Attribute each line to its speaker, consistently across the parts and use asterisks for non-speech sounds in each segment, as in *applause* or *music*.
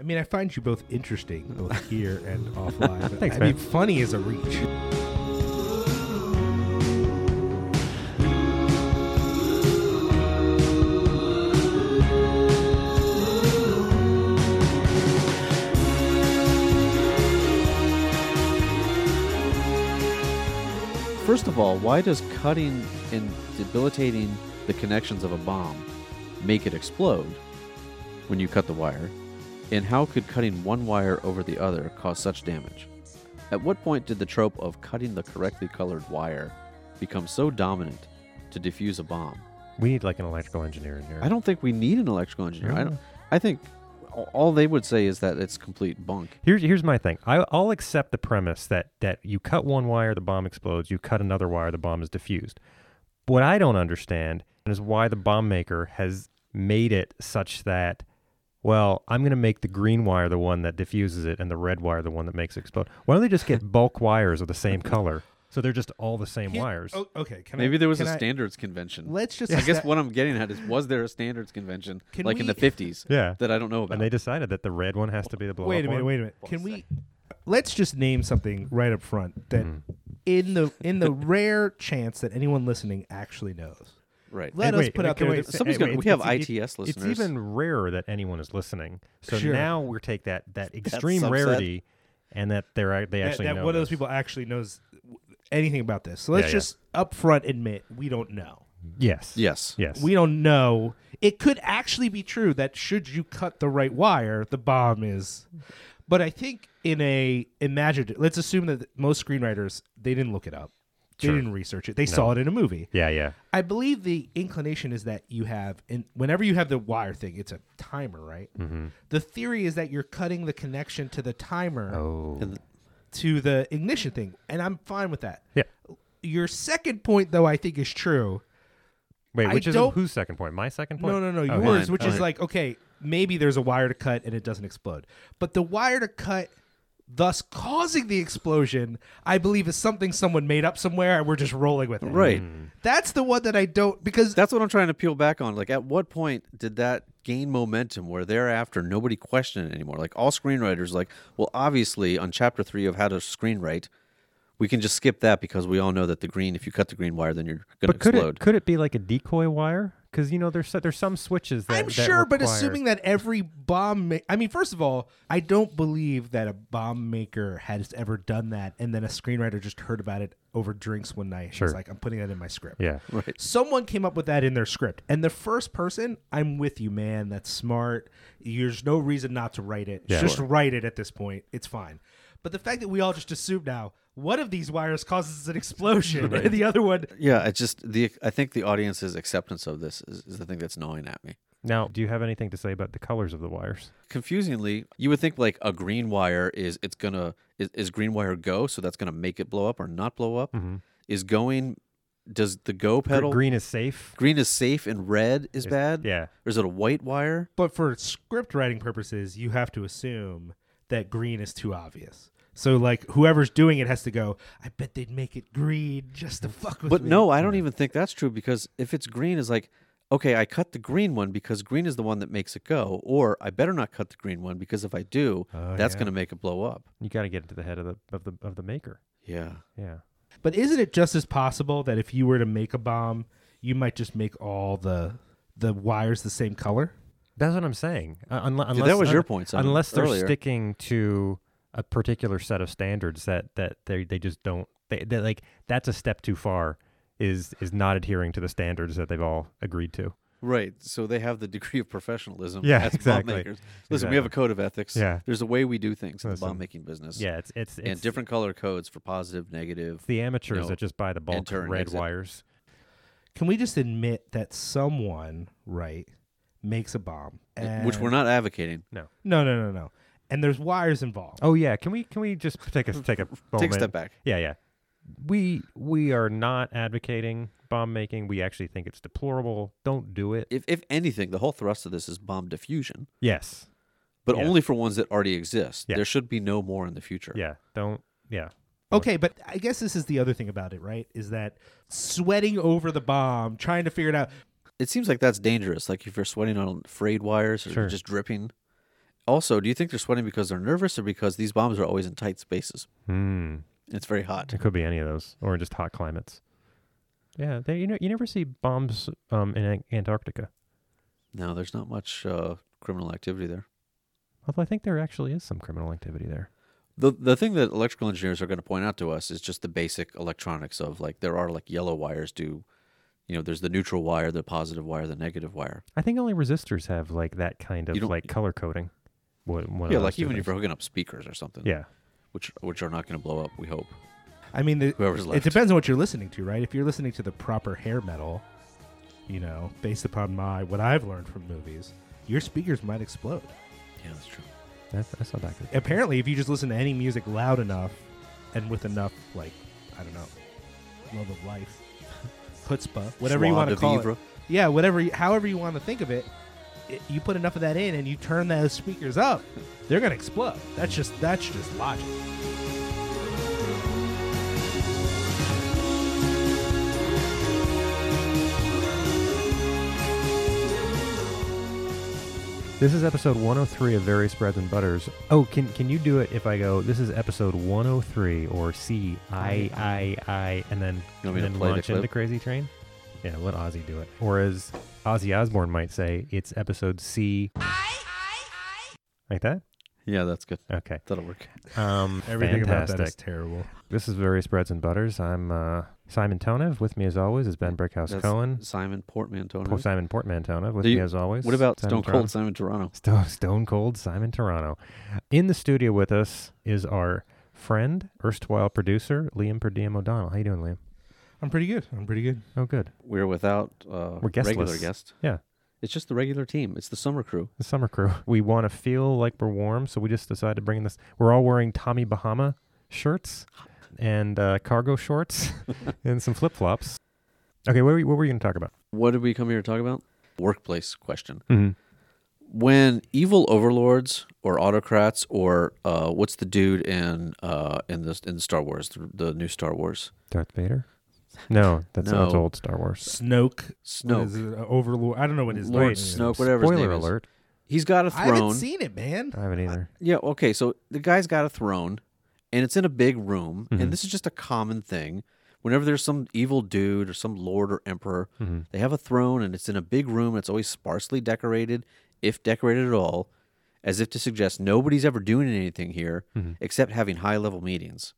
Speaker 1: I mean, I find you both interesting, both here and offline. But,
Speaker 2: Thanks,
Speaker 1: I
Speaker 2: man.
Speaker 1: mean, funny is a reach.
Speaker 2: First of all, why does cutting and debilitating the connections of a bomb make it explode when you cut the wire? And how could cutting one wire over the other cause such damage? At what point did the trope of cutting the correctly colored wire become so dominant to defuse a bomb?
Speaker 3: We need like an electrical engineer in here.
Speaker 2: I don't think we need an electrical engineer. I don't I think a- all they would say is that it's complete bunk.
Speaker 3: Here's here's my thing. I, I'll accept the premise that that you cut one wire, the bomb explodes. You cut another wire, the bomb is diffused. What I don't understand is why the bomb maker has made it such that, well, I'm going to make the green wire the one that diffuses it, and the red wire the one that makes it explode. Why don't they
Speaker 1: *laughs*
Speaker 3: just get bulk wires of the same color, so they're just all the same
Speaker 1: Here-
Speaker 3: wires?
Speaker 1: oh, okay. Can
Speaker 2: Maybe
Speaker 1: I,
Speaker 2: there was a
Speaker 1: can I-
Speaker 2: standards convention.
Speaker 1: Let's just.
Speaker 2: I guess
Speaker 1: esta-
Speaker 2: what I'm getting at is was there a standards convention
Speaker 1: Can
Speaker 2: like in the
Speaker 1: we-
Speaker 2: 50s
Speaker 3: Yeah.
Speaker 2: that I don't know about?
Speaker 3: And they decided that the red one has to be the blow.
Speaker 1: oh. Wait a minute. Wait a minute. Can we? Let's just name something right up front that, in the in the rare chance that anyone listening actually knows,
Speaker 2: right.
Speaker 1: let
Speaker 3: Hey,
Speaker 1: us
Speaker 3: wait,
Speaker 1: put out
Speaker 3: okay,
Speaker 1: there.
Speaker 3: wait,
Speaker 1: that-
Speaker 3: so-
Speaker 2: Somebody's
Speaker 3: hey,
Speaker 2: gonna-
Speaker 3: wait,
Speaker 2: we have
Speaker 3: it's- it-
Speaker 2: ITS listeners.
Speaker 3: It's even rarer that anyone is listening. So
Speaker 1: Sure.
Speaker 3: now we take that
Speaker 1: *laughs*
Speaker 3: that extreme
Speaker 2: subset.
Speaker 3: rarity, and that they're act- they
Speaker 1: that,
Speaker 3: actually
Speaker 1: that
Speaker 3: know
Speaker 1: one of those
Speaker 3: this.
Speaker 1: people actually knows anything about this. So let's
Speaker 3: Yeah, yeah.
Speaker 1: just up front admit we don't know.
Speaker 3: Yes.
Speaker 2: yes.
Speaker 3: Yes.
Speaker 1: We don't know. It could actually be true that should you cut the right wire, the bomb is. But I think in a imaginative, let's assume that most screenwriters they didn't look it up, they
Speaker 3: Sure.
Speaker 1: didn't research it. They saw it in a movie.
Speaker 3: yeah. Yeah.
Speaker 1: I believe the inclination is that you have, and whenever you have the wire thing, it's a timer, right?
Speaker 3: Mm-hmm.
Speaker 1: The theory is that you're cutting the connection to the timer
Speaker 3: Oh.
Speaker 1: to the ignition thing, and I'm fine with that.
Speaker 3: Yeah.
Speaker 1: Your second point, though, I think is true.
Speaker 3: Wait.
Speaker 1: I
Speaker 3: Which is
Speaker 1: don't-
Speaker 3: whose second point? My second point.
Speaker 1: No, no, no,
Speaker 3: Oh,
Speaker 1: yours,
Speaker 2: Mine,
Speaker 1: which is
Speaker 2: mine.
Speaker 1: like, okay, maybe there's a wire to cut and it doesn't explode, but the wire to cut. Thus causing the explosion, I believe, is something someone made up somewhere, and we're just rolling with it.
Speaker 2: Right.
Speaker 1: That's the one that I don't because
Speaker 2: That's what I'm trying to peel back on. Like, at what point did that gain momentum where thereafter nobody questioned it anymore? Like, all screenwriters, like, well, obviously, on chapter three of how to screenwrite, we can just skip that because we all know that the green, if you cut the green wire, then you're going to
Speaker 3: But could
Speaker 2: explode.
Speaker 3: it could it be like a decoy wire? Because you know there's so- there's some switches that
Speaker 1: I'm
Speaker 3: that
Speaker 1: sure, but
Speaker 3: require-
Speaker 1: assuming that every bomb, ma- I mean, first of all, I don't believe that a bomb maker has ever done that, and then a screenwriter just heard about it over drinks one night. Sure.
Speaker 3: Sure.
Speaker 1: was like, I'm putting that in my script.
Speaker 3: Yeah.
Speaker 1: Someone came up with that in their script, and the first person, I'm with you, man. That's smart. There's no reason not to write it.
Speaker 3: Yeah.
Speaker 1: just
Speaker 3: Sure.
Speaker 1: write it at this point. It's fine. But the fact that we all just assume now one of these wires causes an explosion, and the other one
Speaker 2: yeah, it's just the. I think the audience's acceptance of this is, is the thing that's gnawing at me.
Speaker 3: Now, do you have anything to say about the colors of the wires?
Speaker 2: confusingly, you would think like a green wire is it's gonna is, is green wire go, so that's gonna make it blow up or not blow up. Is going does the go
Speaker 3: Mm-hmm. Gr-
Speaker 2: pedal green,
Speaker 3: Green is safe.
Speaker 2: is safe and red is, bad?
Speaker 3: Yeah.
Speaker 2: Or is it a white wire?
Speaker 1: But for script writing purposes, you have to assume that green is too obvious. So like whoever's doing it has to go. I bet they'd make it green just to fuck with
Speaker 2: But
Speaker 1: me.
Speaker 2: no, I
Speaker 3: Mm-hmm.
Speaker 2: don't even think that's true because if it's green is like okay, I cut the green one because green is the one that makes it go, or I better not cut the green one because if I do, that's gonna make it blow up.
Speaker 3: Oh, You got to get into the head of the of the of the maker.
Speaker 2: Yeah.
Speaker 3: Yeah.
Speaker 1: But isn't it just as possible that if you were to make a bomb, you might just make all the the wires the same color?
Speaker 3: That's what I'm saying. Uh, unle- unless,
Speaker 2: was your point, Simon,
Speaker 3: Unless they're
Speaker 2: earlier.
Speaker 3: sticking to a particular set of standards that that they they just don't. They they like that's a step too far. Is is not adhering to the standards that they've all agreed to.
Speaker 2: Right. So they have the degree of professionalism
Speaker 3: Yeah,
Speaker 2: as bomb
Speaker 3: exactly.
Speaker 2: makers. Listen, we have a code of ethics.
Speaker 3: Yeah.
Speaker 2: There's a way we do things in the
Speaker 3: Listen.
Speaker 2: bomb making business.
Speaker 3: Yeah, it's it's it's,
Speaker 2: and different color codes for positive,
Speaker 3: it's
Speaker 2: negative.
Speaker 3: the amateurs
Speaker 2: know,
Speaker 3: that just buy the bulk
Speaker 2: enter and
Speaker 3: red
Speaker 2: exit.
Speaker 3: wires.
Speaker 1: Can we just admit that someone, right, makes a bomb?
Speaker 2: eh, which we're
Speaker 1: and-
Speaker 2: not advocating.
Speaker 1: No, no, no, no. And there's wires involved.
Speaker 3: Oh yeah, can we can we just take a take
Speaker 2: *laughs*
Speaker 3: a
Speaker 2: Take
Speaker 3: moment?
Speaker 2: a step back.
Speaker 3: Yeah, yeah. We we are not advocating bomb making. We actually think it's deplorable. Don't do it.
Speaker 2: If, if anything, the whole thrust of this is bomb diffusion,
Speaker 3: yes.
Speaker 2: but
Speaker 3: Yeah.
Speaker 2: only for ones that already exist.
Speaker 3: Yeah.
Speaker 2: There should be no more in the future.
Speaker 3: Yeah. Don't. Yeah.
Speaker 1: Okay, but I guess this is the other thing about it, right? Is that sweating over the bomb, trying to figure it out.
Speaker 2: It seems like that's dangerous. Like if you're sweating on frayed wires or
Speaker 3: Sure.
Speaker 2: just dripping, also, do you think they're sweating because they're nervous or because these bombs are always in tight spaces?
Speaker 3: Hmm.
Speaker 2: It's very hot.
Speaker 3: It could be any of those, or just hot climates. Yeah, they, you know, you never see bombs um, in An- Antarctica.
Speaker 2: No, there's not much uh, criminal activity there.
Speaker 3: Although I think there actually is some criminal activity there.
Speaker 2: The the thing that electrical engineers are going to point out to us is just the basic electronics of like there are like yellow wires do, you know, there's the neutral wire, the positive wire, the negative wire.
Speaker 3: I think only resistors have like that kind of
Speaker 2: You don't-
Speaker 3: like color coding. What, one of
Speaker 2: yeah,
Speaker 3: those
Speaker 2: like
Speaker 3: two
Speaker 2: even if
Speaker 3: things.
Speaker 2: you're hooking up speakers or something.
Speaker 3: yeah,
Speaker 2: Which which are not going to blow up. We hope.
Speaker 1: I mean, the,
Speaker 2: Whoever's
Speaker 1: it
Speaker 2: left.
Speaker 1: depends on what you're listening to, right? If you're listening to the proper hair metal, you know, based upon my what I've learned from movies, your speakers might explode.
Speaker 2: Yeah, that's true.
Speaker 3: that's, that's not that good.
Speaker 1: Apparently, if you just listen to any music loud enough and with enough, like, I don't know, love of life, *laughs* chutzpah, whatever you
Speaker 2: Joie
Speaker 1: want to
Speaker 2: de
Speaker 1: call
Speaker 2: vivre.
Speaker 1: it, yeah, whatever, you- however you want to think of it, i you put enough of that in and you turn those speakers up, they're gonna explode. That's just that's just logic.
Speaker 3: This is episode 103 of Various Breads and Butters. Oh, can can you do it if I go? This is episode 103 or C I I I, and then
Speaker 2: You want
Speaker 3: and
Speaker 2: me to
Speaker 3: then
Speaker 2: play the
Speaker 3: launch into
Speaker 2: clip?
Speaker 3: Crazy Train. Yeah, let Ozzy do it. Or as Ozzy Osbourne might say, it's episode C. Like that?
Speaker 2: Yeah, that's good.
Speaker 3: Okay.
Speaker 2: That'll work.
Speaker 3: Um,
Speaker 1: Everything
Speaker 3: fantastic.
Speaker 1: about that is terrible.
Speaker 3: This is Various Breads and Butters. I'm uh, Simon Tonev. With me as always is Ben Brickhouse
Speaker 2: That's
Speaker 3: Cohen.
Speaker 2: Simon Portmanteau.
Speaker 3: Poor Simon Portmanteau. With
Speaker 2: Do you-
Speaker 3: me as always.
Speaker 2: What about
Speaker 3: Simon
Speaker 2: Stone
Speaker 3: Tonev.
Speaker 2: Cold Simon Toronto?
Speaker 3: Stone, Stone Cold Simon Toronto. In the studio with us is our friend, erstwhile producer, Liam Per Diem O'Donnell. How you doing, Liam?
Speaker 1: I'm pretty good. I'm pretty good.
Speaker 3: Oh, good.
Speaker 2: We're without uh,
Speaker 3: We're guestless.
Speaker 2: regular guest.
Speaker 3: Yeah.
Speaker 2: It's just the regular team. It's the summer crew.
Speaker 3: The summer crew. We want to feel like we're warm, so we just decided to bring in this. We're all wearing Tommy Bahama shirts and uh, cargo
Speaker 2: *laughs*
Speaker 3: shorts and some flip flops. Okay, what were, you, what were you going to talk about?
Speaker 2: What did we come here to talk about? Workplace question.
Speaker 3: Mm-hmm.
Speaker 2: when evil overlords or autocrats or uh, what's the dude in uh, in the in Star Wars, the, the new Star Wars,
Speaker 3: Darth Vader? No, that's, that's
Speaker 2: No.
Speaker 3: old Star Wars.
Speaker 1: Snoke. What is
Speaker 2: Snoke,
Speaker 1: it? Uh, Overlord. I don't know what his
Speaker 2: Lord
Speaker 1: name is.
Speaker 2: Snoke, whatever his
Speaker 3: Spoiler
Speaker 2: name is.
Speaker 3: alert.
Speaker 2: he's got a
Speaker 1: I haven't
Speaker 2: throne.
Speaker 1: seen it, man.
Speaker 3: I haven't either.
Speaker 2: yeah, okay, so the guy's got a throne, and it's in a big room,
Speaker 3: Mhm.
Speaker 2: and this is just a common thing. Whenever there's some evil dude or some lord or emperor,
Speaker 3: hmm
Speaker 2: they have a throne, and it's in a big room, and it's always sparsely decorated, if decorated at all, as if to suggest nobody's ever doing anything here.
Speaker 3: hmm
Speaker 2: except having high level meetings,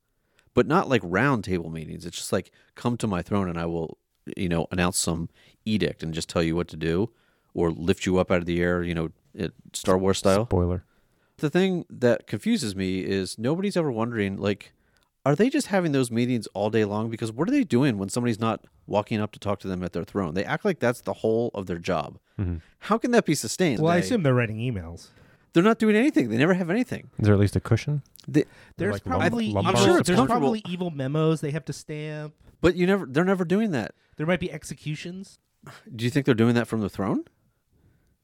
Speaker 2: but not like round table meetings. It's just like, come to my throne and I will, you know, announce some edict and just tell you what to do or lift you up out of the air, you know, it, Star Wars style.
Speaker 3: Spoiler.
Speaker 2: The thing that confuses me is nobody's ever wondering, like, are they just having those meetings all day long? Because what are they doing when somebody's not walking up to talk to them at their throne? They act like that's the whole of their job.
Speaker 3: Mhm.
Speaker 2: How can that be sustained?
Speaker 1: Mm-hmm. Well, I
Speaker 2: They-
Speaker 1: assume they're writing emails.
Speaker 2: they're not doing anything. They never have anything.
Speaker 3: Is there at least a cushion?
Speaker 2: They,
Speaker 1: There's
Speaker 3: like lum-
Speaker 1: probably
Speaker 3: lumbar
Speaker 1: evil-
Speaker 2: I'm sure it's
Speaker 1: there's
Speaker 2: comfortable.
Speaker 1: probably evil memos they have to stamp.
Speaker 2: but you never. They're never doing that.
Speaker 1: There might be executions.
Speaker 2: Do you think they're doing that from the throne?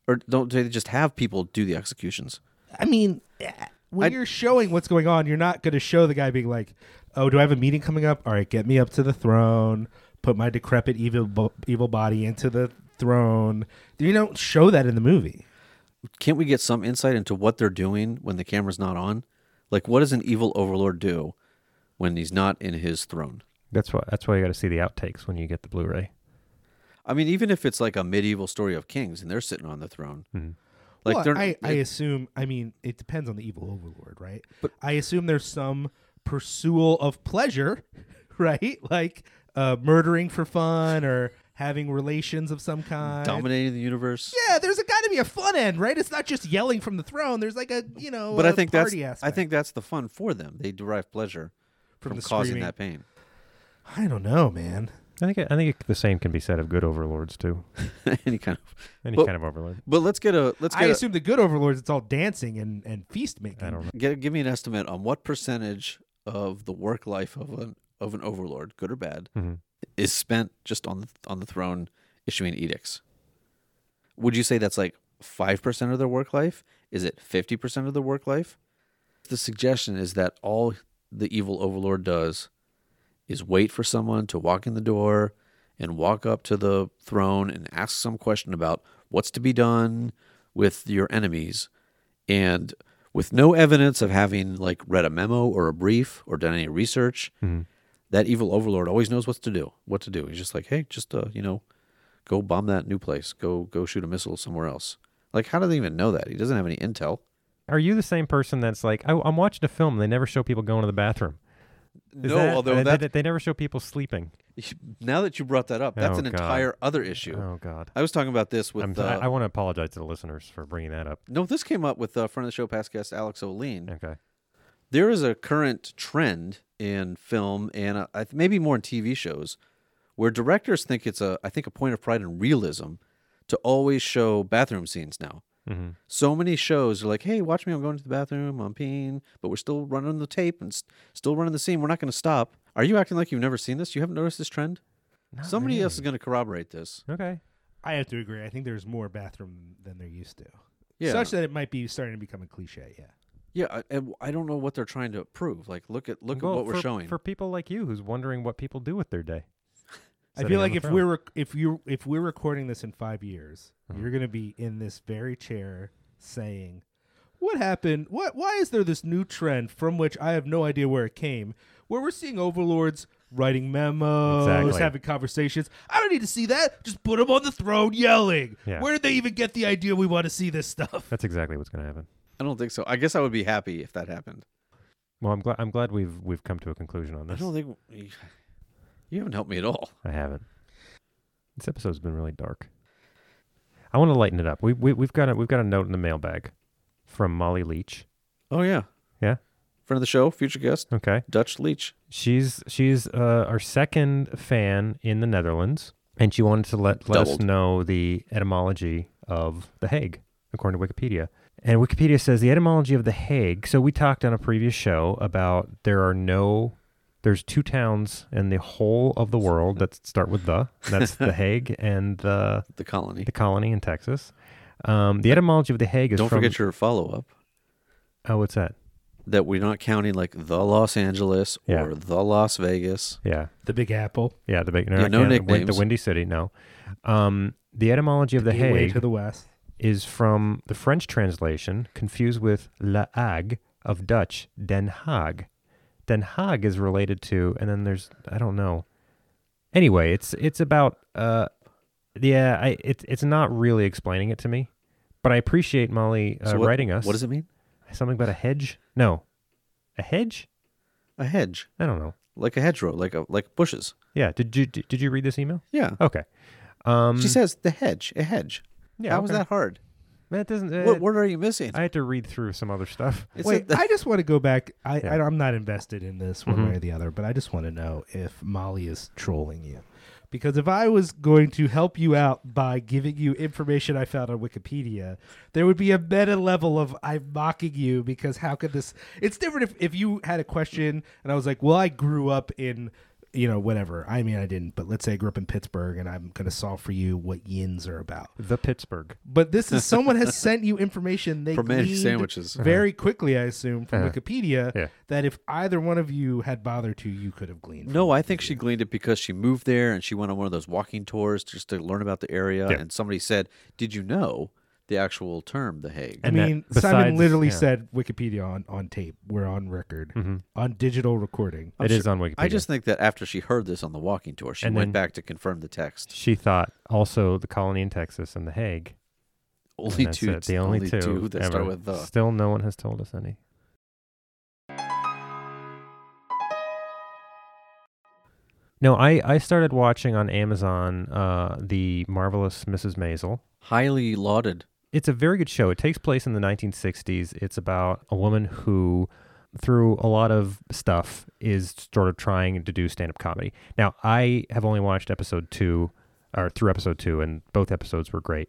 Speaker 2: Or don't they just have people do the executions?
Speaker 1: I mean, eh, when
Speaker 2: I-
Speaker 1: you're showing what's going on, you're not going to show the guy being like, "Oh, do I have a meeting coming up? All right, get me up to the throne. Put my decrepit evil bo- evil body into the throne." You don't show that in the movie.
Speaker 2: Can't we get some insight into what they're doing when the camera's not on? Like, what does an evil overlord do when he's not in his throne?
Speaker 3: That's why. That's why you got to see the outtakes when you get the Blu-ray.
Speaker 2: I mean, even if it's like a medieval story of kings and they're sitting on the throne, like
Speaker 1: well,
Speaker 2: they're
Speaker 1: I, I
Speaker 2: it-
Speaker 1: assume. I mean, it depends on the evil overlord, right? But I assume there's some pursuit of pleasure, *laughs* right? Like uh, murdering for fun or having relations of some kind.
Speaker 2: dominating the universe.
Speaker 1: yeah, there's got to be a fun end, right? It's not just yelling from the throne. There's like a you know,
Speaker 2: but
Speaker 1: I
Speaker 2: I think that's
Speaker 1: party
Speaker 2: I
Speaker 1: aspect
Speaker 2: think that's the fun for them. They derive pleasure from,
Speaker 1: the
Speaker 2: causing
Speaker 1: screaming.
Speaker 2: that pain. *laughs*
Speaker 1: I don't know, man.
Speaker 3: I think. I think the same can be said of good overlords too.
Speaker 2: Any kind of.
Speaker 3: Any
Speaker 2: Well-
Speaker 3: kind of overlord.
Speaker 2: But let's get a let's
Speaker 1: I
Speaker 2: get a,
Speaker 1: assume the good overlords, it's all dancing and and feast making.
Speaker 3: I don't know.
Speaker 2: Get, give me an estimate on what percentage of the work life of an of an overlord, good or bad,
Speaker 3: Mhm.
Speaker 2: is spent just on the, on the throne issuing edicts. Would you say that's like five percent of their work life? Is it fifty percent of their work life? The suggestion is that all the evil overlord does is wait for someone to walk in the door and walk up to the throne and ask some question about what's to be done with your enemies and with no evidence of having like read a memo or a brief or done any research
Speaker 3: Mm-hmm.
Speaker 2: that evil overlord always knows what to do what to do he's just like hey just uh, you know go bomb that new place go go shoot a missile somewhere else like how do they even know that he doesn't have any intel
Speaker 3: Are you the same person that's like, I, I'm watching a film, and they never show people going to the bathroom? Is
Speaker 2: no
Speaker 3: that-
Speaker 2: although
Speaker 3: they,
Speaker 2: that
Speaker 3: they, they never show people sleeping.
Speaker 2: *laughs* now that you brought that up that's an
Speaker 3: Oh, God.
Speaker 2: entire other issue
Speaker 3: Oh God,
Speaker 2: i was talking about this with
Speaker 3: I'm,
Speaker 2: uh,
Speaker 3: I, I want to apologize to the listeners for bringing that up.
Speaker 2: no this came up with uh, friend of the show past guest alex o'lean
Speaker 3: Okay,
Speaker 2: there is a current trend in film and uh, I th- maybe more in TV shows where directors think it's a I think a point of pride in realism to always show bathroom scenes now.
Speaker 3: Mhm.
Speaker 2: So many shows are like, "Hey, watch me! I'm going to the bathroom. I'm peeing, but we're still running the tape and st- still running the scene. We're not going to stop." Are you acting like you've never seen this? You haven't noticed this trend?
Speaker 3: Not
Speaker 2: Somebody else is
Speaker 3: really.
Speaker 2: going to corroborate this.
Speaker 3: Okay,
Speaker 1: I have to agree. I think there's more bathroom than there used to.
Speaker 2: Yeah,
Speaker 1: Such that it might be starting to become a cliche. Yeah.
Speaker 2: yeah. I, and I don't know what they're trying to prove. Like, look at look
Speaker 3: Well,
Speaker 2: at what
Speaker 3: for-
Speaker 2: we're showing.
Speaker 3: for people like you who's wondering what people do with
Speaker 2: *laughs*
Speaker 3: their day.
Speaker 1: I
Speaker 3: Sitting
Speaker 1: feel
Speaker 3: on
Speaker 1: like
Speaker 3: the
Speaker 1: if
Speaker 3: throne.
Speaker 1: we're rec- if you if we're recording this in five years,
Speaker 3: Uh-huh.
Speaker 1: you're gonna be in this very chair saying, "What happened? What? Why is there this new trend from which I have no idea where it came? Where we're seeing overlords writing memos,
Speaker 3: Exactly.
Speaker 1: having conversations. I don't need to see that. Just put them on the throne yelling.
Speaker 3: Yeah.
Speaker 1: Where did they even get the idea we want to see this stuff?
Speaker 3: that's exactly what's going to happen.
Speaker 2: I don't think so. I guess I would be happy if that happened.
Speaker 3: Well, I'm glad I'm glad we've we've come to a conclusion on
Speaker 2: I
Speaker 3: this.
Speaker 2: don't think you- you haven't helped me at all.
Speaker 3: I haven't. This episode's been really dark. I want to lighten it up. We, we we've got a we've got a note in the mailbag from Molly Leach.
Speaker 2: Oh yeah,
Speaker 3: Yeah.
Speaker 2: friend of the show, future guest,
Speaker 3: Okay.
Speaker 2: Dutch Leach.
Speaker 3: She's she's uh, our second fan in the Netherlands, and she wanted to let let us
Speaker 2: Doubled.
Speaker 3: know the etymology of the Hague according to Wikipedia. And Wikipedia says the etymology of the Hague. So we talked on a previous show about there are no there's two towns in the whole of the world that start with the. and That's the Hague and the
Speaker 2: The colony.
Speaker 3: the colony in Texas. Um, the etymology of the Hague is
Speaker 2: Don't
Speaker 3: from,
Speaker 2: forget your follow up
Speaker 3: oh, what's that?
Speaker 2: that we're not counting like the Los Angeles
Speaker 3: Yeah.
Speaker 2: or the Las Vegas.
Speaker 3: Yeah,
Speaker 1: The Big Apple,
Speaker 3: yeah. The big
Speaker 2: Yeah, no
Speaker 3: I can't- the, Win- the
Speaker 2: nicknames.
Speaker 3: Windy City. No, um, the etymology of the,
Speaker 1: gateway
Speaker 3: Hague
Speaker 1: to the west.
Speaker 3: is from the French translation, confused with La Hague of Dutch Den Haag. Den Haag is related to, and then there's I don't know. Anyway, it's it's about uh, yeah. I it's it's not really explaining it to me, but I appreciate Molly uh,
Speaker 2: So what-
Speaker 3: writing us.
Speaker 2: What does it mean?
Speaker 3: Something about a hedge? No, a hedge.
Speaker 2: A hedge,
Speaker 3: I don't know.
Speaker 2: like a hedgerow, like a like bushes.
Speaker 3: Yeah. Did you did, did you read this email?
Speaker 2: Yeah.
Speaker 3: Okay. Um,
Speaker 2: she says the hedge, a hedge.
Speaker 3: yeah.
Speaker 2: How was
Speaker 3: okay.
Speaker 2: that hard?
Speaker 3: That doesn't. uh,
Speaker 2: what word are you missing?
Speaker 3: I had to read through some other stuff.
Speaker 2: It's
Speaker 1: Wait,
Speaker 2: a-
Speaker 1: I just want to go back. I,
Speaker 3: Yeah.
Speaker 1: I don't- I'm not invested in this one
Speaker 3: Mhm.
Speaker 1: way or the other, but I just want to know if Molly is trolling you. Because if I was going to help you out by giving you information I found on Wikipedia, there would be a meta level of I'm mocking you because how could this? It's different if, if you had a question and I was like, well, I grew up in, you know, whatever. I mean, I didn't, but let's say I grew up in Pittsburgh and I'm going to solve for you what yins are about.
Speaker 3: The Pittsburgh.
Speaker 1: But this is someone
Speaker 3: *laughs*
Speaker 1: has sent you information they
Speaker 2: From many
Speaker 1: gleaned
Speaker 2: sandwiches.
Speaker 1: very quickly, I assume, from
Speaker 3: Uh-huh.
Speaker 1: Wikipedia.
Speaker 3: Yeah.
Speaker 1: That if either one of you had bothered to, you could have gleaned.
Speaker 2: no,
Speaker 1: from
Speaker 2: I think she gleaned it because she moved there and she went on one of those walking tours just to learn about the area.
Speaker 3: Yeah.
Speaker 2: And somebody said, "Did you know the actual term, the Hague?"
Speaker 1: I
Speaker 3: and that
Speaker 1: mean, Simon
Speaker 3: besides-
Speaker 1: literally
Speaker 3: yeah.
Speaker 1: said Wikipedia on, on tape. We're on record,
Speaker 3: Mhm.
Speaker 1: on digital recording.
Speaker 3: It is on Wikipedia.
Speaker 2: I just think that after she heard this on the walking tour, she
Speaker 3: And
Speaker 2: went
Speaker 3: then-
Speaker 2: back to confirm the text.
Speaker 3: she thought also the colony in Texas and the Hague.
Speaker 2: Only
Speaker 3: and that's
Speaker 2: two,
Speaker 3: it, the only, two,
Speaker 2: that
Speaker 3: ever.
Speaker 2: start with uh, the.
Speaker 3: Still, no one has told us any. No, I, I started watching on Amazon uh, the marvelous Mrs. Maisel.
Speaker 2: Highly lauded.
Speaker 3: It's a very good show. It takes place in the 1960s. It's about a woman who, through a lot of stuff, is sort of trying to do stand up comedy. Now, I have only watched episode two, or through episode two, and both episodes were great.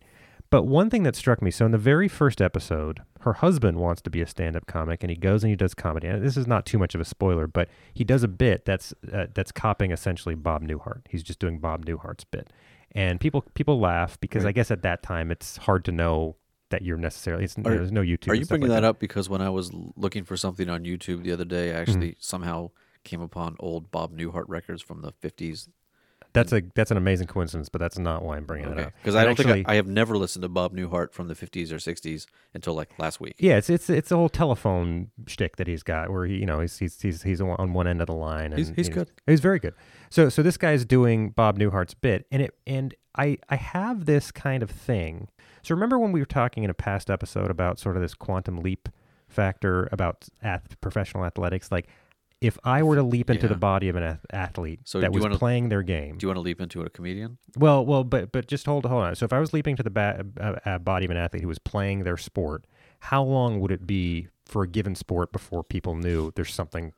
Speaker 3: But one thing that struck me so, in the very first episode, her husband wants to be a stand up comic and he goes and he does comedy. And this is not too much of a spoiler, but he does a bit that's, uh, that's copying essentially Bob Newhart. He's just doing Bob Newhart's bit and people people laugh because I
Speaker 2: Right.
Speaker 3: guess at that time it's hard to know that you're necessarily. It's,
Speaker 2: Are-
Speaker 3: there's no YouTube.
Speaker 2: Are
Speaker 3: and
Speaker 2: you
Speaker 3: stuff
Speaker 2: bringing
Speaker 3: like
Speaker 2: that up because when I was l- looking for something on
Speaker 3: Mm-hmm.
Speaker 2: YouTube the other day, I actually somehow came upon old Bob Newhart records from the 50s
Speaker 3: That's a that's an amazing coincidence, but that's not why I'm bringing it
Speaker 2: Okay.
Speaker 3: up.
Speaker 2: Because I
Speaker 3: And
Speaker 2: don't
Speaker 3: actually-
Speaker 2: think I, I have never listened to Bob Newhart from the 50s or 60s until like last week.
Speaker 3: Yeah, it's it's it's a whole telephone shtick that he's got, where he you know he's he's he's, he's on one end of the line. And
Speaker 2: He's- he's good.
Speaker 3: He's very good. So so this guy's doing Bob Newhart's bit, and it and I I have this kind of thing. So remember when we were talking in a past episode about sort of this quantum leap factor about ath- professional athletics, like. If I were to leap into the
Speaker 2: Yeah.
Speaker 3: body of an ath- athlete
Speaker 2: So
Speaker 3: that
Speaker 2: do you
Speaker 3: was
Speaker 2: wanna-
Speaker 3: playing their game,
Speaker 2: Do you want to leap into a comedian?
Speaker 3: well, well, but but just hold hold on. So if I was leaping to the ba- uh, uh, body of an athlete who was playing their sport, how long would it be for a given sport before people knew there's something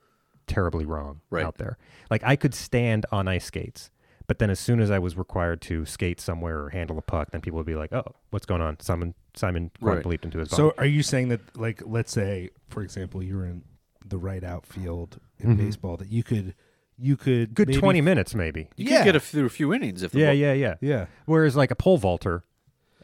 Speaker 3: terribly wrong
Speaker 2: Right.
Speaker 3: out there? Like I could stand on ice skates, but then as soon as I was required to skate somewhere or handle a puck, then people would be like, "Oh, what's going on?" Simon Simon
Speaker 2: Right.
Speaker 3: quantum leaped into his body.
Speaker 1: So are you saying that, like, let's say, for example, you were in the right outfield in
Speaker 3: Mm-hmm.
Speaker 1: baseball, that you could, you could
Speaker 3: good
Speaker 1: maybe-
Speaker 3: twenty minutes maybe.
Speaker 2: You
Speaker 1: Yeah.
Speaker 2: could get a few, a few innings if the
Speaker 3: Yeah,
Speaker 2: ball-
Speaker 3: yeah, yeah,
Speaker 1: Yeah,
Speaker 3: Whereas like a pole vaulter,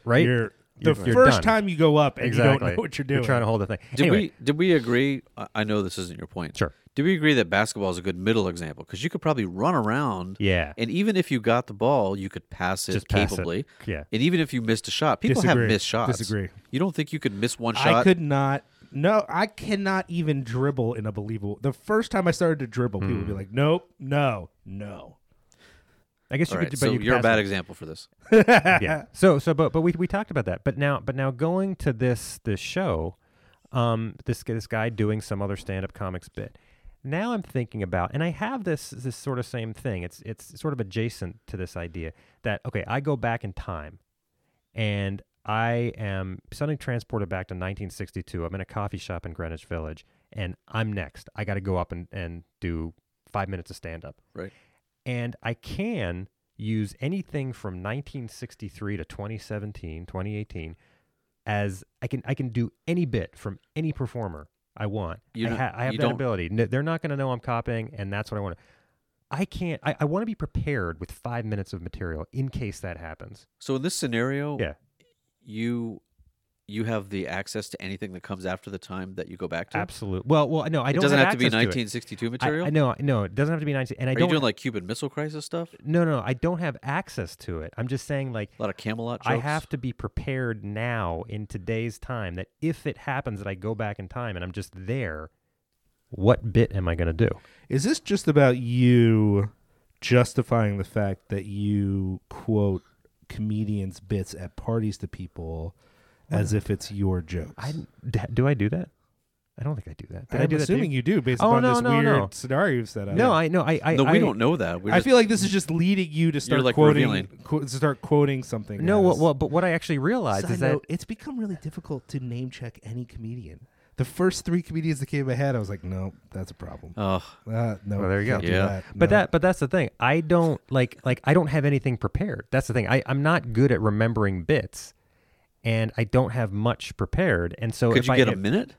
Speaker 3: right?
Speaker 1: You're,
Speaker 3: You're-
Speaker 1: the
Speaker 3: you're
Speaker 1: first
Speaker 3: done.
Speaker 1: time you go up and
Speaker 3: exactly.
Speaker 1: you don't know what you're doing.
Speaker 3: trying to hold the thing.
Speaker 2: Did
Speaker 3: anyway,
Speaker 2: we did we agree? I- I know this isn't your point.
Speaker 3: Sure.
Speaker 2: Did we agree that basketball is a good middle example? Because you could probably run around,
Speaker 3: yeah,
Speaker 2: and even if you got the ball, you could pass it
Speaker 3: Just pass it.
Speaker 2: capably.
Speaker 3: yeah.
Speaker 2: And even if you missed a shot, people
Speaker 1: Disagree.
Speaker 2: have missed shots.
Speaker 1: Disagree.
Speaker 2: You don't think you could miss one shot?
Speaker 1: I could not. No, I cannot even dribble in a believable. The first time I started to dribble, people would
Speaker 3: Hmm.
Speaker 1: be like, "Nope, no, no."
Speaker 3: I guess
Speaker 2: All
Speaker 3: you
Speaker 2: right,
Speaker 3: could, but
Speaker 2: so
Speaker 3: you could
Speaker 2: you're a
Speaker 3: pass
Speaker 2: bad
Speaker 3: it.
Speaker 2: example for this.
Speaker 3: yeah. So so but but we we talked about that. But now but now going to this this show, um this this guy doing some other stand up comics bit. Now I'm thinking about and I have this this sort of same thing. It's it's sort of adjacent to this idea that okay, I go back in time and I am suddenly transported back to 1962. I'm in a coffee shop in Greenwich Village and I'm next. I got to go up and and do 5 minutes of stand up and I can use anything from 1963 to 2017, 2018 as I can I can do any bit from any performer I want.
Speaker 2: You
Speaker 3: I,
Speaker 2: don't-
Speaker 3: ha- I have
Speaker 2: you
Speaker 3: that
Speaker 2: don't-
Speaker 3: ability. No, they're not going to know I'm copying, and that's what I want. to. I can't. I, I want to be prepared with five minutes of material in case that happens.
Speaker 2: So in this scenario,
Speaker 3: Yeah.
Speaker 2: you you have the access to anything that comes after the time that you go back to.
Speaker 3: Absolutely. Well, well, no, I
Speaker 2: It
Speaker 3: don't.
Speaker 2: doesn't have to be
Speaker 3: access it.
Speaker 2: 1962
Speaker 3: I-
Speaker 2: material.
Speaker 3: I, know. No, it doesn't have to be 19. And
Speaker 2: Are
Speaker 3: I
Speaker 2: you
Speaker 3: don't.
Speaker 2: doing like Cuban Missile Crisis stuff?
Speaker 3: no, no, I don't have access to it. I'm just saying, like,
Speaker 2: A lot of Camelot. Jokes?
Speaker 3: I have to be prepared now in today's time that if it happens that I go back in time and I'm just there, what bit am I going to do?
Speaker 1: *laughs* Is this just about you justifying the fact that you quote comedians' bits at parties to people as if it's your jokes?
Speaker 3: I d- do I do that? I don't think I do that. Did I
Speaker 1: am
Speaker 3: do that? to
Speaker 1: assuming
Speaker 3: you?
Speaker 1: you do based
Speaker 3: Oh,
Speaker 1: upon
Speaker 3: no,
Speaker 1: this
Speaker 3: no,
Speaker 1: weird
Speaker 3: no.
Speaker 1: scenario you've set up.
Speaker 3: No, I no, I I,
Speaker 2: No, we
Speaker 3: I-
Speaker 2: don't know that. We're
Speaker 1: I
Speaker 2: just-
Speaker 1: feel like this is just leading you to start
Speaker 2: like,
Speaker 1: quoting,
Speaker 2: revealing.
Speaker 1: qu- start quoting something.
Speaker 3: No, well,
Speaker 1: else.
Speaker 3: well, but what I actually realized
Speaker 1: Side
Speaker 3: is that
Speaker 1: note, it's become really difficult to name check any comedian. The first three comedians that came ahead, I was like, no, that's a problem.
Speaker 2: Ugh.
Speaker 3: Oh,
Speaker 1: Uh, no,
Speaker 3: Well, there you go.
Speaker 1: can't do
Speaker 2: Yeah.
Speaker 3: But
Speaker 1: no.
Speaker 3: that but that's the thing. I don't like like I don't have anything prepared. That's the thing. I I'm not good at remembering bits. And I don't have much prepared, and so
Speaker 2: could
Speaker 3: if
Speaker 2: you
Speaker 3: I
Speaker 2: get a
Speaker 3: if-
Speaker 2: minute?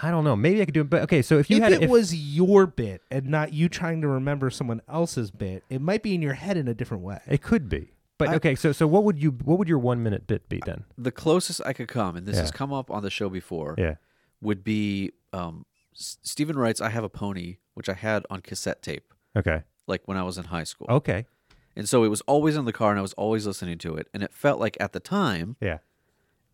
Speaker 3: I don't know. Maybe I could do it, but okay. So if you
Speaker 1: if
Speaker 3: had
Speaker 1: it
Speaker 3: if,
Speaker 1: was your bit and not you trying to remember someone else's bit, it might be in your head in a different way.
Speaker 3: It could be. But
Speaker 1: I-
Speaker 3: okay, so so what would you what would your one minute bit be then?
Speaker 2: The closest I could come, and this has
Speaker 3: Yeah.
Speaker 2: come up on the show before,
Speaker 3: Yeah.
Speaker 2: would be um, S- Stephen writes, "I have a pony," which I had on cassette tape,
Speaker 3: Okay.
Speaker 2: like when I was in high school,
Speaker 3: Okay.
Speaker 2: and so it was always in the car, and I was always listening to it, and it felt like at the time
Speaker 3: Yeah.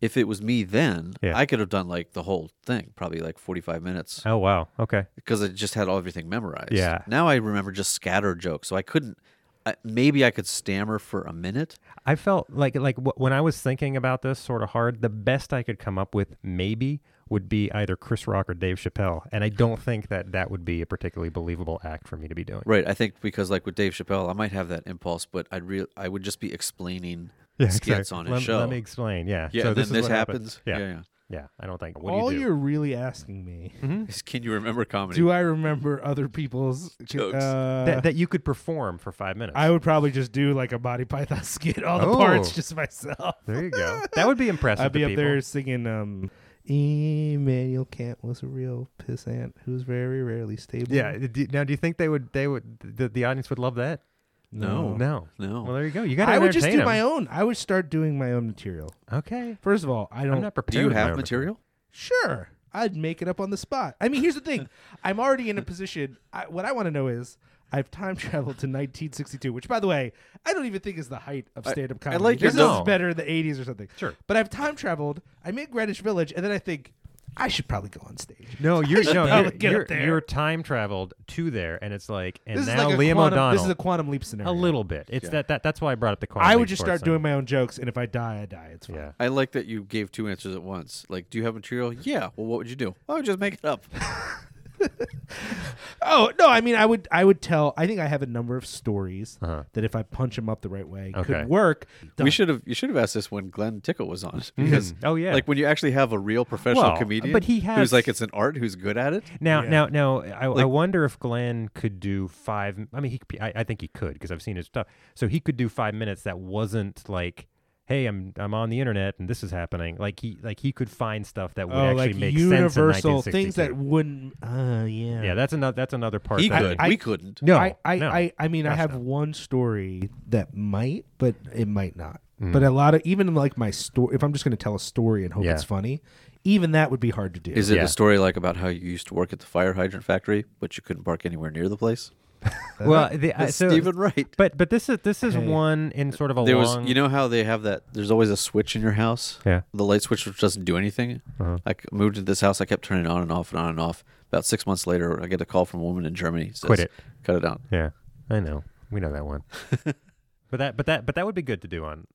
Speaker 2: if it was me then,
Speaker 3: Yeah.
Speaker 2: I could have done like the whole thing, probably like 45 minutes
Speaker 3: Oh wow. Okay.
Speaker 2: because I just had all everything memorized.
Speaker 3: Yeah.
Speaker 2: Now I remember just scattered jokes. So I couldn't, I, maybe I could stammer for a minute.
Speaker 3: I felt like like wh- when I was thinking about this sort of hard, the best I could come up with maybe would be either Chris Rock or Dave Chappelle, and I don't think that that would be a particularly believable act for me to be doing.
Speaker 2: Right. I think because like with Dave Chappelle, I might have that impulse, but I'd real, I would just be explaining skits on his
Speaker 3: let,
Speaker 2: show.
Speaker 3: Let me explain. Yeah.
Speaker 2: yeah.
Speaker 3: So
Speaker 2: and
Speaker 3: this,
Speaker 2: then
Speaker 3: is
Speaker 2: this
Speaker 3: what
Speaker 2: happens.
Speaker 3: Yeah.
Speaker 2: yeah.
Speaker 3: yeah. I don't think. What
Speaker 1: All
Speaker 3: do you do?
Speaker 1: you're really asking me,
Speaker 2: Is, can you remember comedy?
Speaker 1: do I remember other people's
Speaker 2: Jokes.
Speaker 1: uh,
Speaker 3: that, that you could perform for five minutes.
Speaker 1: I would probably just do like a body python *laughs* skit, all the
Speaker 3: Oh.
Speaker 1: parts just myself.
Speaker 3: there you go.
Speaker 1: *laughs*
Speaker 3: That would be impressive.
Speaker 1: I'd be
Speaker 3: to
Speaker 1: up
Speaker 3: people.
Speaker 1: there singing um Emmanuel Kant was a real pissant who's very rarely stable.
Speaker 3: Yeah. d- Now, do you think they would? They would. The, the audience would love that.
Speaker 2: No.
Speaker 3: No.
Speaker 2: No.
Speaker 3: Well, there you go. You got to
Speaker 1: I would just do my own. I would start doing my own material.
Speaker 3: Okay.
Speaker 1: First of all, I don't
Speaker 3: I'm not prepared.
Speaker 2: do you
Speaker 3: with my
Speaker 2: have
Speaker 3: own
Speaker 2: material?
Speaker 1: sure.
Speaker 3: *laughs*
Speaker 1: I'd make it up on the spot. I mean, here's the thing. I'm already in a position I, what I want to know is I've time traveled to 1962, which, by the way, I don't even think is the height of stand-up comedy.
Speaker 2: like your
Speaker 1: this is
Speaker 3: No.
Speaker 1: better in the 80s or something.
Speaker 3: Sure.
Speaker 1: But I've time traveled. I made Greenwich Village, and then I think I should probably go on stage.
Speaker 2: *laughs*
Speaker 3: No, you're no,
Speaker 1: probably
Speaker 3: you're,
Speaker 1: get up
Speaker 3: you're,
Speaker 1: there.
Speaker 3: you're time traveled to there, and it's like, and
Speaker 1: this
Speaker 3: now
Speaker 1: is like a
Speaker 3: Liam
Speaker 1: quantum,
Speaker 3: O'Donnell.
Speaker 1: This is a quantum leap scenario.
Speaker 3: a little bit. It's
Speaker 2: Yeah.
Speaker 3: that, that. That's why I brought up the quantum.
Speaker 1: I would
Speaker 3: leap
Speaker 1: just
Speaker 3: for a
Speaker 1: start doing
Speaker 3: second.
Speaker 1: my own jokes, and if I die, I die. It's fine.
Speaker 3: Yeah.
Speaker 2: I like that you gave two answers at once. Like, do you have material? Yeah. Well, what would you do? I would just make it
Speaker 3: *laughs*
Speaker 2: up.
Speaker 1: Oh no! I mean, I would, I would tell. I think I have a number of stories
Speaker 3: Uh-huh.
Speaker 1: that if I punch them up the right way,
Speaker 3: Okay.
Speaker 1: could work. Done.
Speaker 2: we should have. You should have asked this when Glenn Tickle was on. Because,
Speaker 3: Oh, yeah.
Speaker 2: Like when you actually have a real professional
Speaker 3: Well,
Speaker 2: comedian,
Speaker 3: but he
Speaker 2: who's
Speaker 3: has-
Speaker 2: like it's an art, who's good at it.
Speaker 3: Now,
Speaker 1: Yeah.
Speaker 3: now, now, I, I wonder if Glenn could do five. I mean, he, could- I, I think he could because I've seen his stuff. So he could do five minutes that wasn't like, "Hey, I'm I'm on the internet and this is happening." Like he like he could find stuff that would
Speaker 1: oh,
Speaker 3: actually
Speaker 1: like
Speaker 3: make
Speaker 1: universal
Speaker 3: sense in
Speaker 1: things that
Speaker 3: 1962.
Speaker 1: wouldn't. Uh, yeah.
Speaker 3: yeah, that's another that's another part.
Speaker 2: He
Speaker 3: that-
Speaker 2: could.
Speaker 1: I-
Speaker 2: we couldn't.
Speaker 3: no,
Speaker 1: I, I,
Speaker 3: no.
Speaker 1: I, I mean, I
Speaker 3: Gosh,
Speaker 1: have
Speaker 3: no.
Speaker 1: one story that might, but it might not. But a lot of even like my story, if I'm just going to tell a story and hope
Speaker 3: Mm. Yeah.
Speaker 1: it's funny, even that would be hard to do.
Speaker 2: Is it
Speaker 3: Yeah.
Speaker 2: a story like about how you used to work at the fire hydrant factory, but you couldn't park anywhere near the place?
Speaker 3: well, the, I-
Speaker 2: That's
Speaker 3: Uh, so,
Speaker 2: Stephen Wright.
Speaker 3: But but this is this is
Speaker 1: Hey.
Speaker 3: one in sort of a
Speaker 2: There
Speaker 3: long.
Speaker 2: was, you know, how they have that. There's always a switch in your house.
Speaker 3: Yeah.
Speaker 2: The light switch which doesn't do anything.
Speaker 3: Uh-huh.
Speaker 2: I c- moved to this house. I kept turning it on and off and on and off. About six months later, I get a call from a woman in Germany. Says,
Speaker 3: Quit it.
Speaker 2: Cut it out.
Speaker 3: Yeah, I know. We know
Speaker 2: *laughs*
Speaker 3: that one. but that, but that, but that would be good to do on.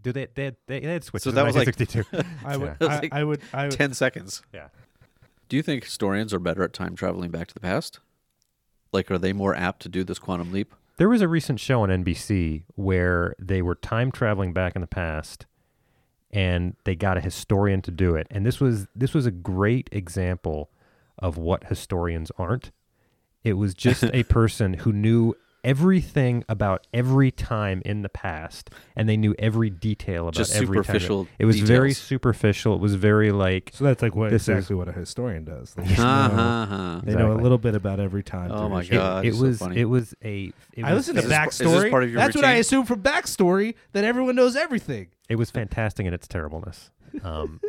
Speaker 3: Do they? They had, they, they had switches.
Speaker 2: So
Speaker 3: in
Speaker 2: that was like- *laughs*
Speaker 3: 1962.
Speaker 1: I would,
Speaker 2: Yeah.
Speaker 1: I, I would,
Speaker 3: *laughs*
Speaker 1: I would.
Speaker 2: Ten seconds.
Speaker 3: yeah.
Speaker 2: Do you think historians are better at time traveling back to the past? Like, are they more apt to do this quantum leap?
Speaker 3: There was a recent show on NBC where they were time traveling back in the past, and they got a historian to do it. And this was this was a great example of what historians aren't. It was just
Speaker 2: *laughs*
Speaker 3: a person who knew everything about every time in the past, and they knew every detail about
Speaker 2: Just
Speaker 3: every
Speaker 2: superficial
Speaker 3: time. It was very
Speaker 2: details.
Speaker 3: superficial. It was very like
Speaker 1: So that's like what
Speaker 3: This is-
Speaker 1: exactly what a historian does.
Speaker 3: *laughs*
Speaker 1: They, just know,
Speaker 2: Uh-huh.
Speaker 1: they know a
Speaker 3: Exactly.
Speaker 1: little bit about every time.
Speaker 2: Oh
Speaker 1: through
Speaker 2: my
Speaker 1: history.
Speaker 2: God.
Speaker 3: it, it
Speaker 2: you're so
Speaker 3: was
Speaker 2: funny.
Speaker 3: it was a. It
Speaker 1: I
Speaker 3: was,
Speaker 1: listen to
Speaker 2: Is this- is this
Speaker 1: backstory.
Speaker 2: part of your
Speaker 1: That's what I
Speaker 2: routine?
Speaker 1: assume from backstory that everyone knows everything.
Speaker 3: It was fantastic in its terribleness.
Speaker 1: *laughs*
Speaker 3: Um,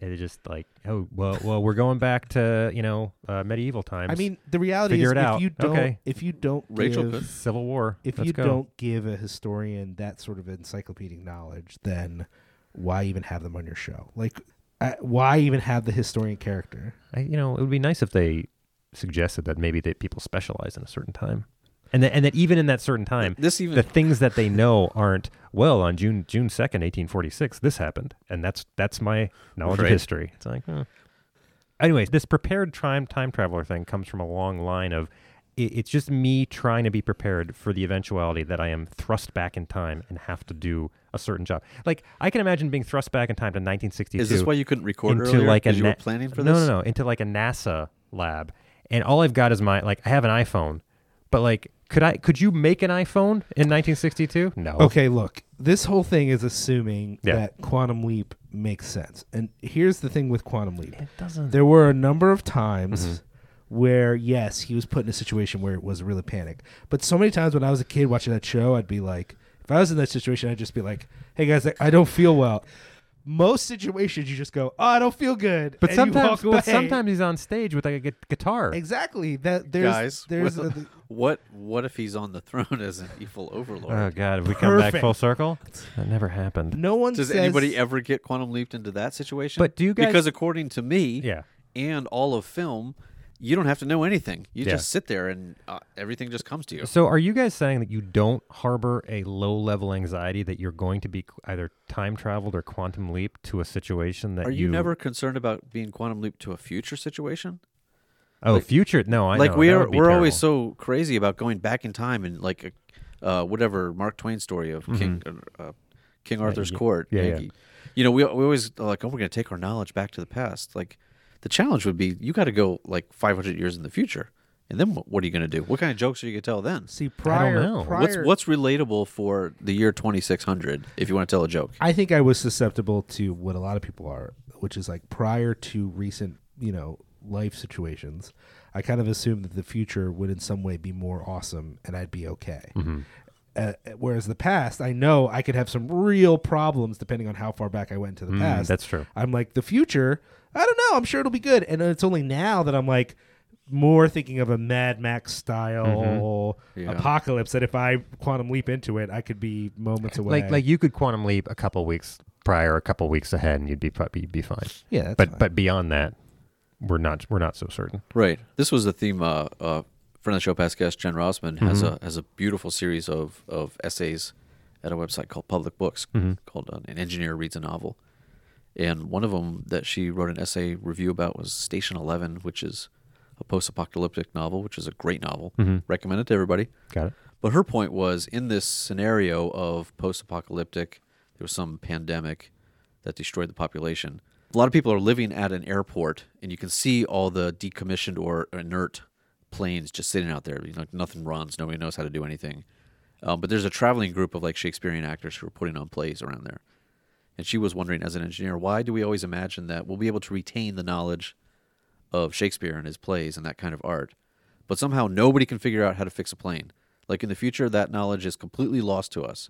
Speaker 3: it just like oh well well we're going back to you know uh, medieval times.
Speaker 1: I mean, the reality
Speaker 3: Figure
Speaker 1: is
Speaker 3: it
Speaker 1: if
Speaker 3: out.
Speaker 1: you don't,
Speaker 3: Okay.
Speaker 1: if you don't,
Speaker 2: Rachel
Speaker 1: give,
Speaker 2: could.
Speaker 3: Civil War.
Speaker 1: if
Speaker 3: Let's
Speaker 1: you
Speaker 3: go.
Speaker 1: don't give a historian that sort of encyclopedic knowledge, then why even have them on your show? Like, uh, why even have the historian character?
Speaker 3: I, you know it would be nice if they suggested that maybe that people specialize in a certain time, and that and that even in that certain time,
Speaker 2: This even
Speaker 3: the things that they know aren't well on June June second, eighteen forty six. This happened, and that's that's my knowledge
Speaker 2: Right.
Speaker 3: of history. It's like, huh. anyways, this prepared time time traveler thing comes from a long line of. It, it's just me trying to be prepared for the eventuality that I am thrust back in time and have to do a certain job. Like I can imagine being thrust back in time to 1962
Speaker 2: is this why you couldn't record
Speaker 3: into
Speaker 2: earlier?
Speaker 3: like a
Speaker 2: 'Cause you were
Speaker 3: na-
Speaker 2: planning for
Speaker 3: no
Speaker 2: this.
Speaker 3: no no into like a NASA lab and all I've got is my like I have an iPhone but like could I could you make an iPhone in 1962 no
Speaker 2: Oh,
Speaker 1: Okay, look, this whole thing is assuming
Speaker 3: Oh. Yeah.
Speaker 1: that Quantum Leap makes sense. And here's the thing with Quantum Leap
Speaker 3: it doesn't
Speaker 1: there were a number of times
Speaker 3: Mm-hmm.
Speaker 1: where, yes, he was put in a situation where it was really panic. But so many times when I was a kid watching that show, I'd be like, if I was in that situation, I'd just be like, hey guys, I- I don't feel well. Most situations, you just go, oh, I don't feel good.
Speaker 3: but
Speaker 1: and you
Speaker 3: sometimes
Speaker 1: walk away.
Speaker 3: but sometimes he's on stage with like a gu-
Speaker 1: *laughs*
Speaker 3: guitar
Speaker 1: Exactly. That there's
Speaker 2: Guys,
Speaker 1: there's
Speaker 2: *laughs* what,
Speaker 1: a,
Speaker 2: what what if he's on the throne *laughs* as an evil overlord?
Speaker 3: oh god have we come back
Speaker 1: Perfect.
Speaker 3: full circle that never happened
Speaker 1: no one
Speaker 2: Does
Speaker 1: says
Speaker 2: anybody ever get quantum leaped into that situation?
Speaker 3: But do you guys-
Speaker 2: Because according to me,
Speaker 3: yeah
Speaker 2: and all of film, you don't have to know anything. You
Speaker 3: Yeah.
Speaker 2: just sit there and uh, everything just comes to you.
Speaker 3: so are you guys saying that you don't harbor a low level anxiety that you're going to be either time traveled or quantum leap to a situation that
Speaker 2: Are you, never concerned about being quantum leaped to a future situation?
Speaker 3: oh
Speaker 2: like-
Speaker 3: future no I
Speaker 2: like
Speaker 3: know,
Speaker 2: we
Speaker 3: that
Speaker 2: are,
Speaker 3: would be
Speaker 2: we're always
Speaker 3: terrible.
Speaker 2: so crazy about going back in time and like uh, whatever Mark Twain story of King uh, uh, King Arthur's
Speaker 3: Mm-hmm. yeah,
Speaker 2: court.
Speaker 3: yeah, yeah.
Speaker 2: Yankee. You know, we we always are like, oh, we're going to take our knowledge back to the past. Like the challenge would be, you got to go like 500 years in the future, and then wh- what are you going to do? What kind of jokes are you going to tell then?
Speaker 1: see prior
Speaker 3: know.
Speaker 1: prior
Speaker 2: What's what's relatable for the year 2600 if you want to tell a joke?
Speaker 1: I think I was susceptible to what a lot of people are, which is like prior to recent, you know, life situations, I kind of assumed that the future would in some way be more awesome and I'd be okay.
Speaker 3: Mm-hmm.
Speaker 1: Uh, whereas the past, I know I could have some real problems depending on how far back I went into the past.
Speaker 3: Mm, that's true.
Speaker 1: I'm like, the future, I don't know. I'm sure it'll be good. And it's only now that I'm like, more thinking of a Mad Max
Speaker 3: Mm-hmm.
Speaker 1: style
Speaker 2: Yeah.
Speaker 1: apocalypse that if I quantum leap into it, I could be moments away.
Speaker 4: Like like you could quantum leap a couple weeks prior, a couple weeks ahead, and you'd be probably you'd be fine.
Speaker 1: yeah, that's
Speaker 3: but
Speaker 1: fine.
Speaker 3: but beyond that, we're not we're not so certain.
Speaker 2: Right. This was a theme. Uh, uh, friend of the show, Pascast Jen Rossman, has a has a beautiful series of of essays at a website called Public Books called uh, "An Engineer Reads a Novel," and one of them that she wrote an essay review about was Station Eleven, which is a post apocalyptic novel, which is a great novel. Recommend it to everybody.
Speaker 3: Got it.
Speaker 2: But her point was in this scenario of post apocalyptic, there was some pandemic that destroyed the population. A lot of people are living at an airport, and you can see all the decommissioned or inert planes just sitting out there. You know, nothing runs, nobody knows how to do anything. Um, but there's a traveling group of like Shakespearean actors who are putting on plays around there. And she was wondering, as an engineer, why do we always imagine that we'll be able to retain the knowledge of Shakespeare and his plays and that kind of art. But somehow nobody can figure out how to fix a plane. Like in the future, that knowledge is completely lost to us.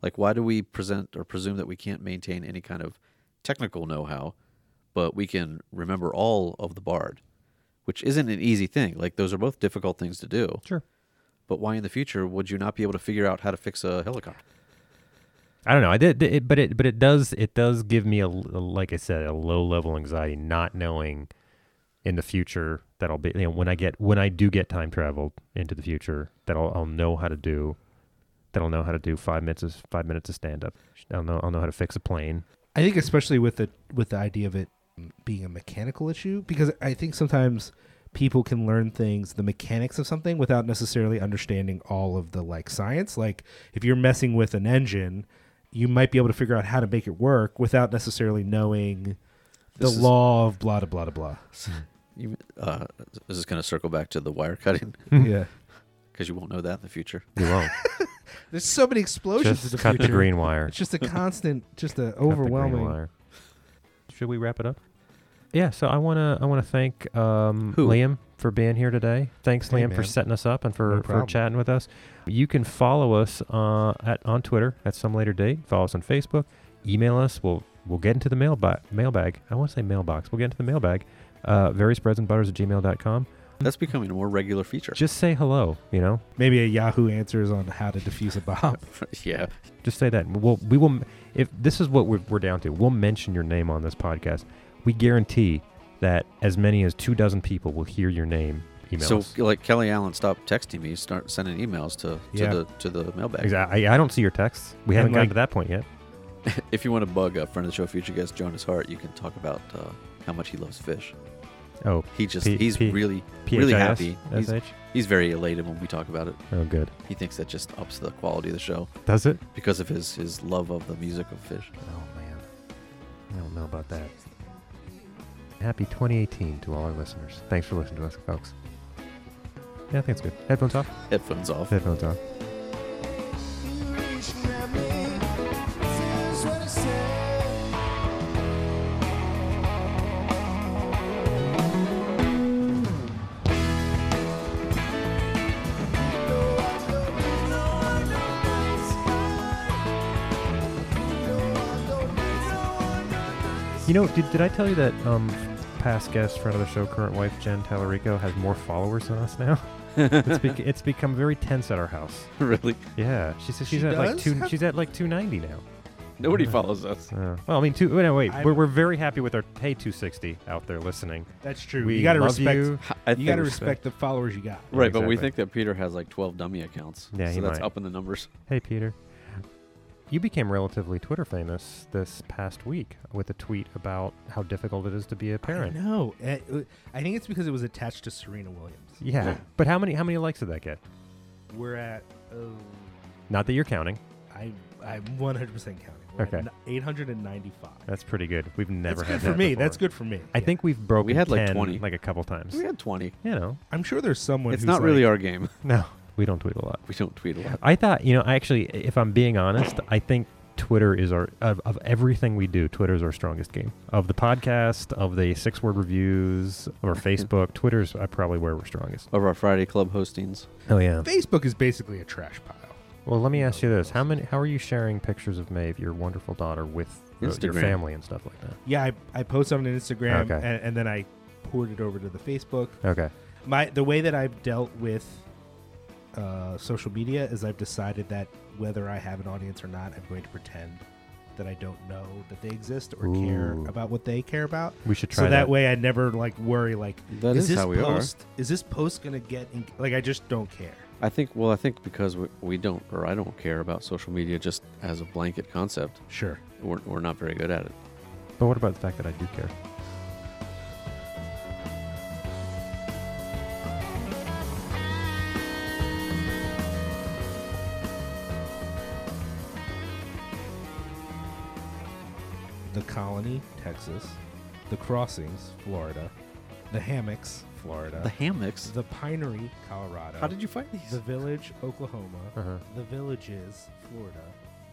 Speaker 2: Like, why do we present or presume that we can't maintain any kind of technical know how, but we can remember all of the bard, which isn't an easy thing. Like, those are both difficult things to do.
Speaker 3: Sure.
Speaker 2: But why in the future would you not be able to figure out how to fix a helicopter?
Speaker 3: I don't know. I did, it, but it, but it does, it does give me a, l- like I said, a low level anxiety, not knowing in the future that I'll be, you know, when I get, when I do get time traveled into the future, that I'll, I'll know how to do, that I'll know how to do five minutes, of, five minutes of stand up. I'll know, I'll know how to fix a plane.
Speaker 1: I think especially with the with the idea of it being a mechanical issue, because I think sometimes people can learn things, the mechanics of something, without necessarily understanding all of the like science. Like if you're messing with an engine, you might be able to figure out how to make it work without necessarily knowing the
Speaker 2: This is-
Speaker 1: law of blah da blah da blah.
Speaker 2: You, uh, this is going to circle back to the wire cutting *laughs*
Speaker 3: Hmm.
Speaker 1: yeah.
Speaker 2: because you won't know that in the future.
Speaker 3: You won't.
Speaker 1: There's so many explosions in
Speaker 3: just
Speaker 1: the
Speaker 3: cut
Speaker 1: future.
Speaker 3: the green
Speaker 1: *laughs*
Speaker 3: wire.
Speaker 1: It's just a constant, just a
Speaker 3: *laughs* Cut the green
Speaker 1: overwhelming.
Speaker 3: wire. Should we wrap it up? Yeah. So I wanna, I wanna thank um,
Speaker 2: Who?
Speaker 3: Liam for being here today. Thanks,
Speaker 1: Hey,
Speaker 3: Liam, for
Speaker 1: man.
Speaker 3: setting us up and for,
Speaker 1: No
Speaker 3: for
Speaker 1: problem.
Speaker 3: chatting with us. You can follow us uh, at on Twitter at some later date. Follow us on Facebook. Email us. We'll we'll get into the mailbag. Mailbag. I want to say mailbox. We'll get into the mailbag. Uh, various breads and butters at gmail.com.
Speaker 2: That's becoming a more regular feature.
Speaker 3: *laughs* Just say hello. You know,
Speaker 1: Maybe a Yahoo answers on how to defuse a bomb.
Speaker 2: yeah.
Speaker 3: Just say that. We'll, we will. If this is what we're, we're down to, we'll mention your name on this podcast. We guarantee that as many as two dozen people will hear your name. Email
Speaker 2: So
Speaker 3: us.
Speaker 2: like Kelly Allen, stop texting me. Start sending emails to, to
Speaker 1: Yeah.
Speaker 2: the to the mailbag.
Speaker 3: Exactly. I, I don't see your texts.
Speaker 1: And
Speaker 3: We haven't gotten
Speaker 1: like-
Speaker 3: to that point yet.
Speaker 2: If you want to bug a friend of the show, future guest Jonas Hart, you can talk about uh, how much he loves fish.
Speaker 3: Oh,
Speaker 2: He just
Speaker 3: P-
Speaker 2: he's
Speaker 3: P-
Speaker 2: really
Speaker 3: PHIS,
Speaker 2: really happy. He's,
Speaker 3: SH?
Speaker 2: he's very elated when we talk about it.
Speaker 3: Oh, good.
Speaker 2: He thinks that just ups the quality of the show
Speaker 3: Does it?
Speaker 2: because of his his love of the music of fish.
Speaker 3: Oh man, I don't know about that. Happy 2018 to all our listeners. Thanks for listening to us, folks. Yeah, I think it's good. Headphones off.
Speaker 2: Headphones off. *laughs*
Speaker 3: Headphones off. You know, did, did I tell you that um, past guest, friend of the show, current wife Jen Tallarico has more followers than us now? it's, bec it's become very tense at our house.
Speaker 2: really?
Speaker 3: Yeah, she says she's
Speaker 1: She
Speaker 3: at like
Speaker 1: does
Speaker 3: two.
Speaker 1: have-
Speaker 3: She's at like 290 now.
Speaker 2: Nobody follows us.
Speaker 3: Uh, well, I mean, two. Wait, no, wait.
Speaker 1: I'm-
Speaker 3: We're, we're very happy with our hey 260 out there listening.
Speaker 1: *laughs* That's true.
Speaker 3: We
Speaker 1: you got to
Speaker 3: love
Speaker 1: respect.
Speaker 3: you.
Speaker 2: I
Speaker 1: You got to
Speaker 2: think-
Speaker 1: respect the followers you got.
Speaker 2: Right, but we
Speaker 3: Exactly.
Speaker 2: think that Peter has like twelve dummy accounts.
Speaker 3: Yeah,
Speaker 2: so
Speaker 3: he
Speaker 2: that's
Speaker 3: might.
Speaker 2: up in the numbers.
Speaker 3: Hey, Peter. You became relatively Twitter famous this past week with a tweet about how difficult it is to be a parent.
Speaker 1: No, I Eh, uh, I think it's because it was attached to Serena Williams.
Speaker 3: Yeah,
Speaker 2: Yeah.
Speaker 3: but how many how many likes did that get?
Speaker 1: We're at, oh,
Speaker 3: Not that you're counting.
Speaker 1: I, I'm 100 percent counting. We're at
Speaker 3: Okay.
Speaker 1: n- 895.
Speaker 3: That's pretty good. We've never
Speaker 1: That's
Speaker 3: had
Speaker 1: good
Speaker 3: that
Speaker 1: for me.
Speaker 3: before.
Speaker 1: That's good for me.
Speaker 3: I
Speaker 1: Yeah.
Speaker 3: think we've broken.
Speaker 2: We had, like,
Speaker 3: 10,
Speaker 2: 20.
Speaker 3: like a couple times.
Speaker 2: We had twenty.
Speaker 3: You know,
Speaker 1: I'm sure there's someone.
Speaker 2: It's
Speaker 1: who's
Speaker 2: not really
Speaker 1: like,
Speaker 2: our game. *laughs*
Speaker 3: no, we don't tweet a lot.
Speaker 2: We don't tweet a lot.
Speaker 3: I thought, you know, I actually, if I'm being honest, I think Twitter is our of, of everything we do. Twitter is our strongest game of the podcast, of the six word reviews,
Speaker 2: *laughs*
Speaker 3: or Facebook. Twitter's uh, probably where we're strongest.
Speaker 2: Of our Friday club hostings.
Speaker 3: Oh yeah.
Speaker 1: Facebook is basically a trash pile.
Speaker 3: Well, let me ask you this: How many? How are you sharing pictures of Maeve, your wonderful daughter, with uh, your
Speaker 2: Instagram.
Speaker 3: family and stuff like that?
Speaker 1: Yeah, I, I post on Instagram
Speaker 3: Okay.
Speaker 1: and, and then I poured it over to the Facebook.
Speaker 4: Okay.
Speaker 1: My the way that I've dealt with uh, social media is I've decided that whether I have an audience or not, I'm going to pretend that I don't know that they exist or care
Speaker 4: Ooh.
Speaker 1: about what they care about.
Speaker 4: We should
Speaker 1: So
Speaker 4: try
Speaker 1: that, way, I never like worry like
Speaker 2: That
Speaker 1: is
Speaker 2: is
Speaker 1: this
Speaker 2: how we are.
Speaker 1: post is this post gonna get in, like I just don't care.
Speaker 2: I think, well, I think because we, we don't, or I don't care about social media just as a blanket concept,
Speaker 1: Sure.
Speaker 2: we're, we're not very good at it.
Speaker 3: But what about the fact that I do care?
Speaker 1: The Colony, Texas. The Crossings, Florida. The Hammocks, Florida.
Speaker 2: The hammocks.
Speaker 1: the Pinery, Colorado.
Speaker 2: How did you find these?
Speaker 1: The Village, Oklahoma.
Speaker 4: Uh-huh.
Speaker 1: The Villages, Florida.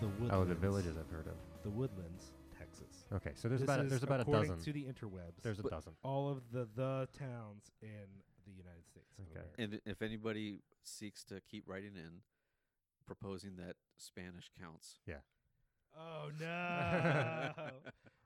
Speaker 1: The Woodlands.
Speaker 4: Oh, the villages I've heard of.
Speaker 1: The Woodlands, Texas.
Speaker 4: Okay, so there's
Speaker 1: This
Speaker 4: about a,
Speaker 1: is
Speaker 4: there's about a
Speaker 1: according
Speaker 4: dozen.
Speaker 1: to the interwebs.
Speaker 4: There's a
Speaker 2: But-
Speaker 4: dozen.
Speaker 1: all of the the towns in the United States. of
Speaker 4: Okay.
Speaker 1: America.
Speaker 2: And if anybody seeks to keep writing in, proposing that Spanish counts.
Speaker 4: *laughs*
Speaker 1: Oh no!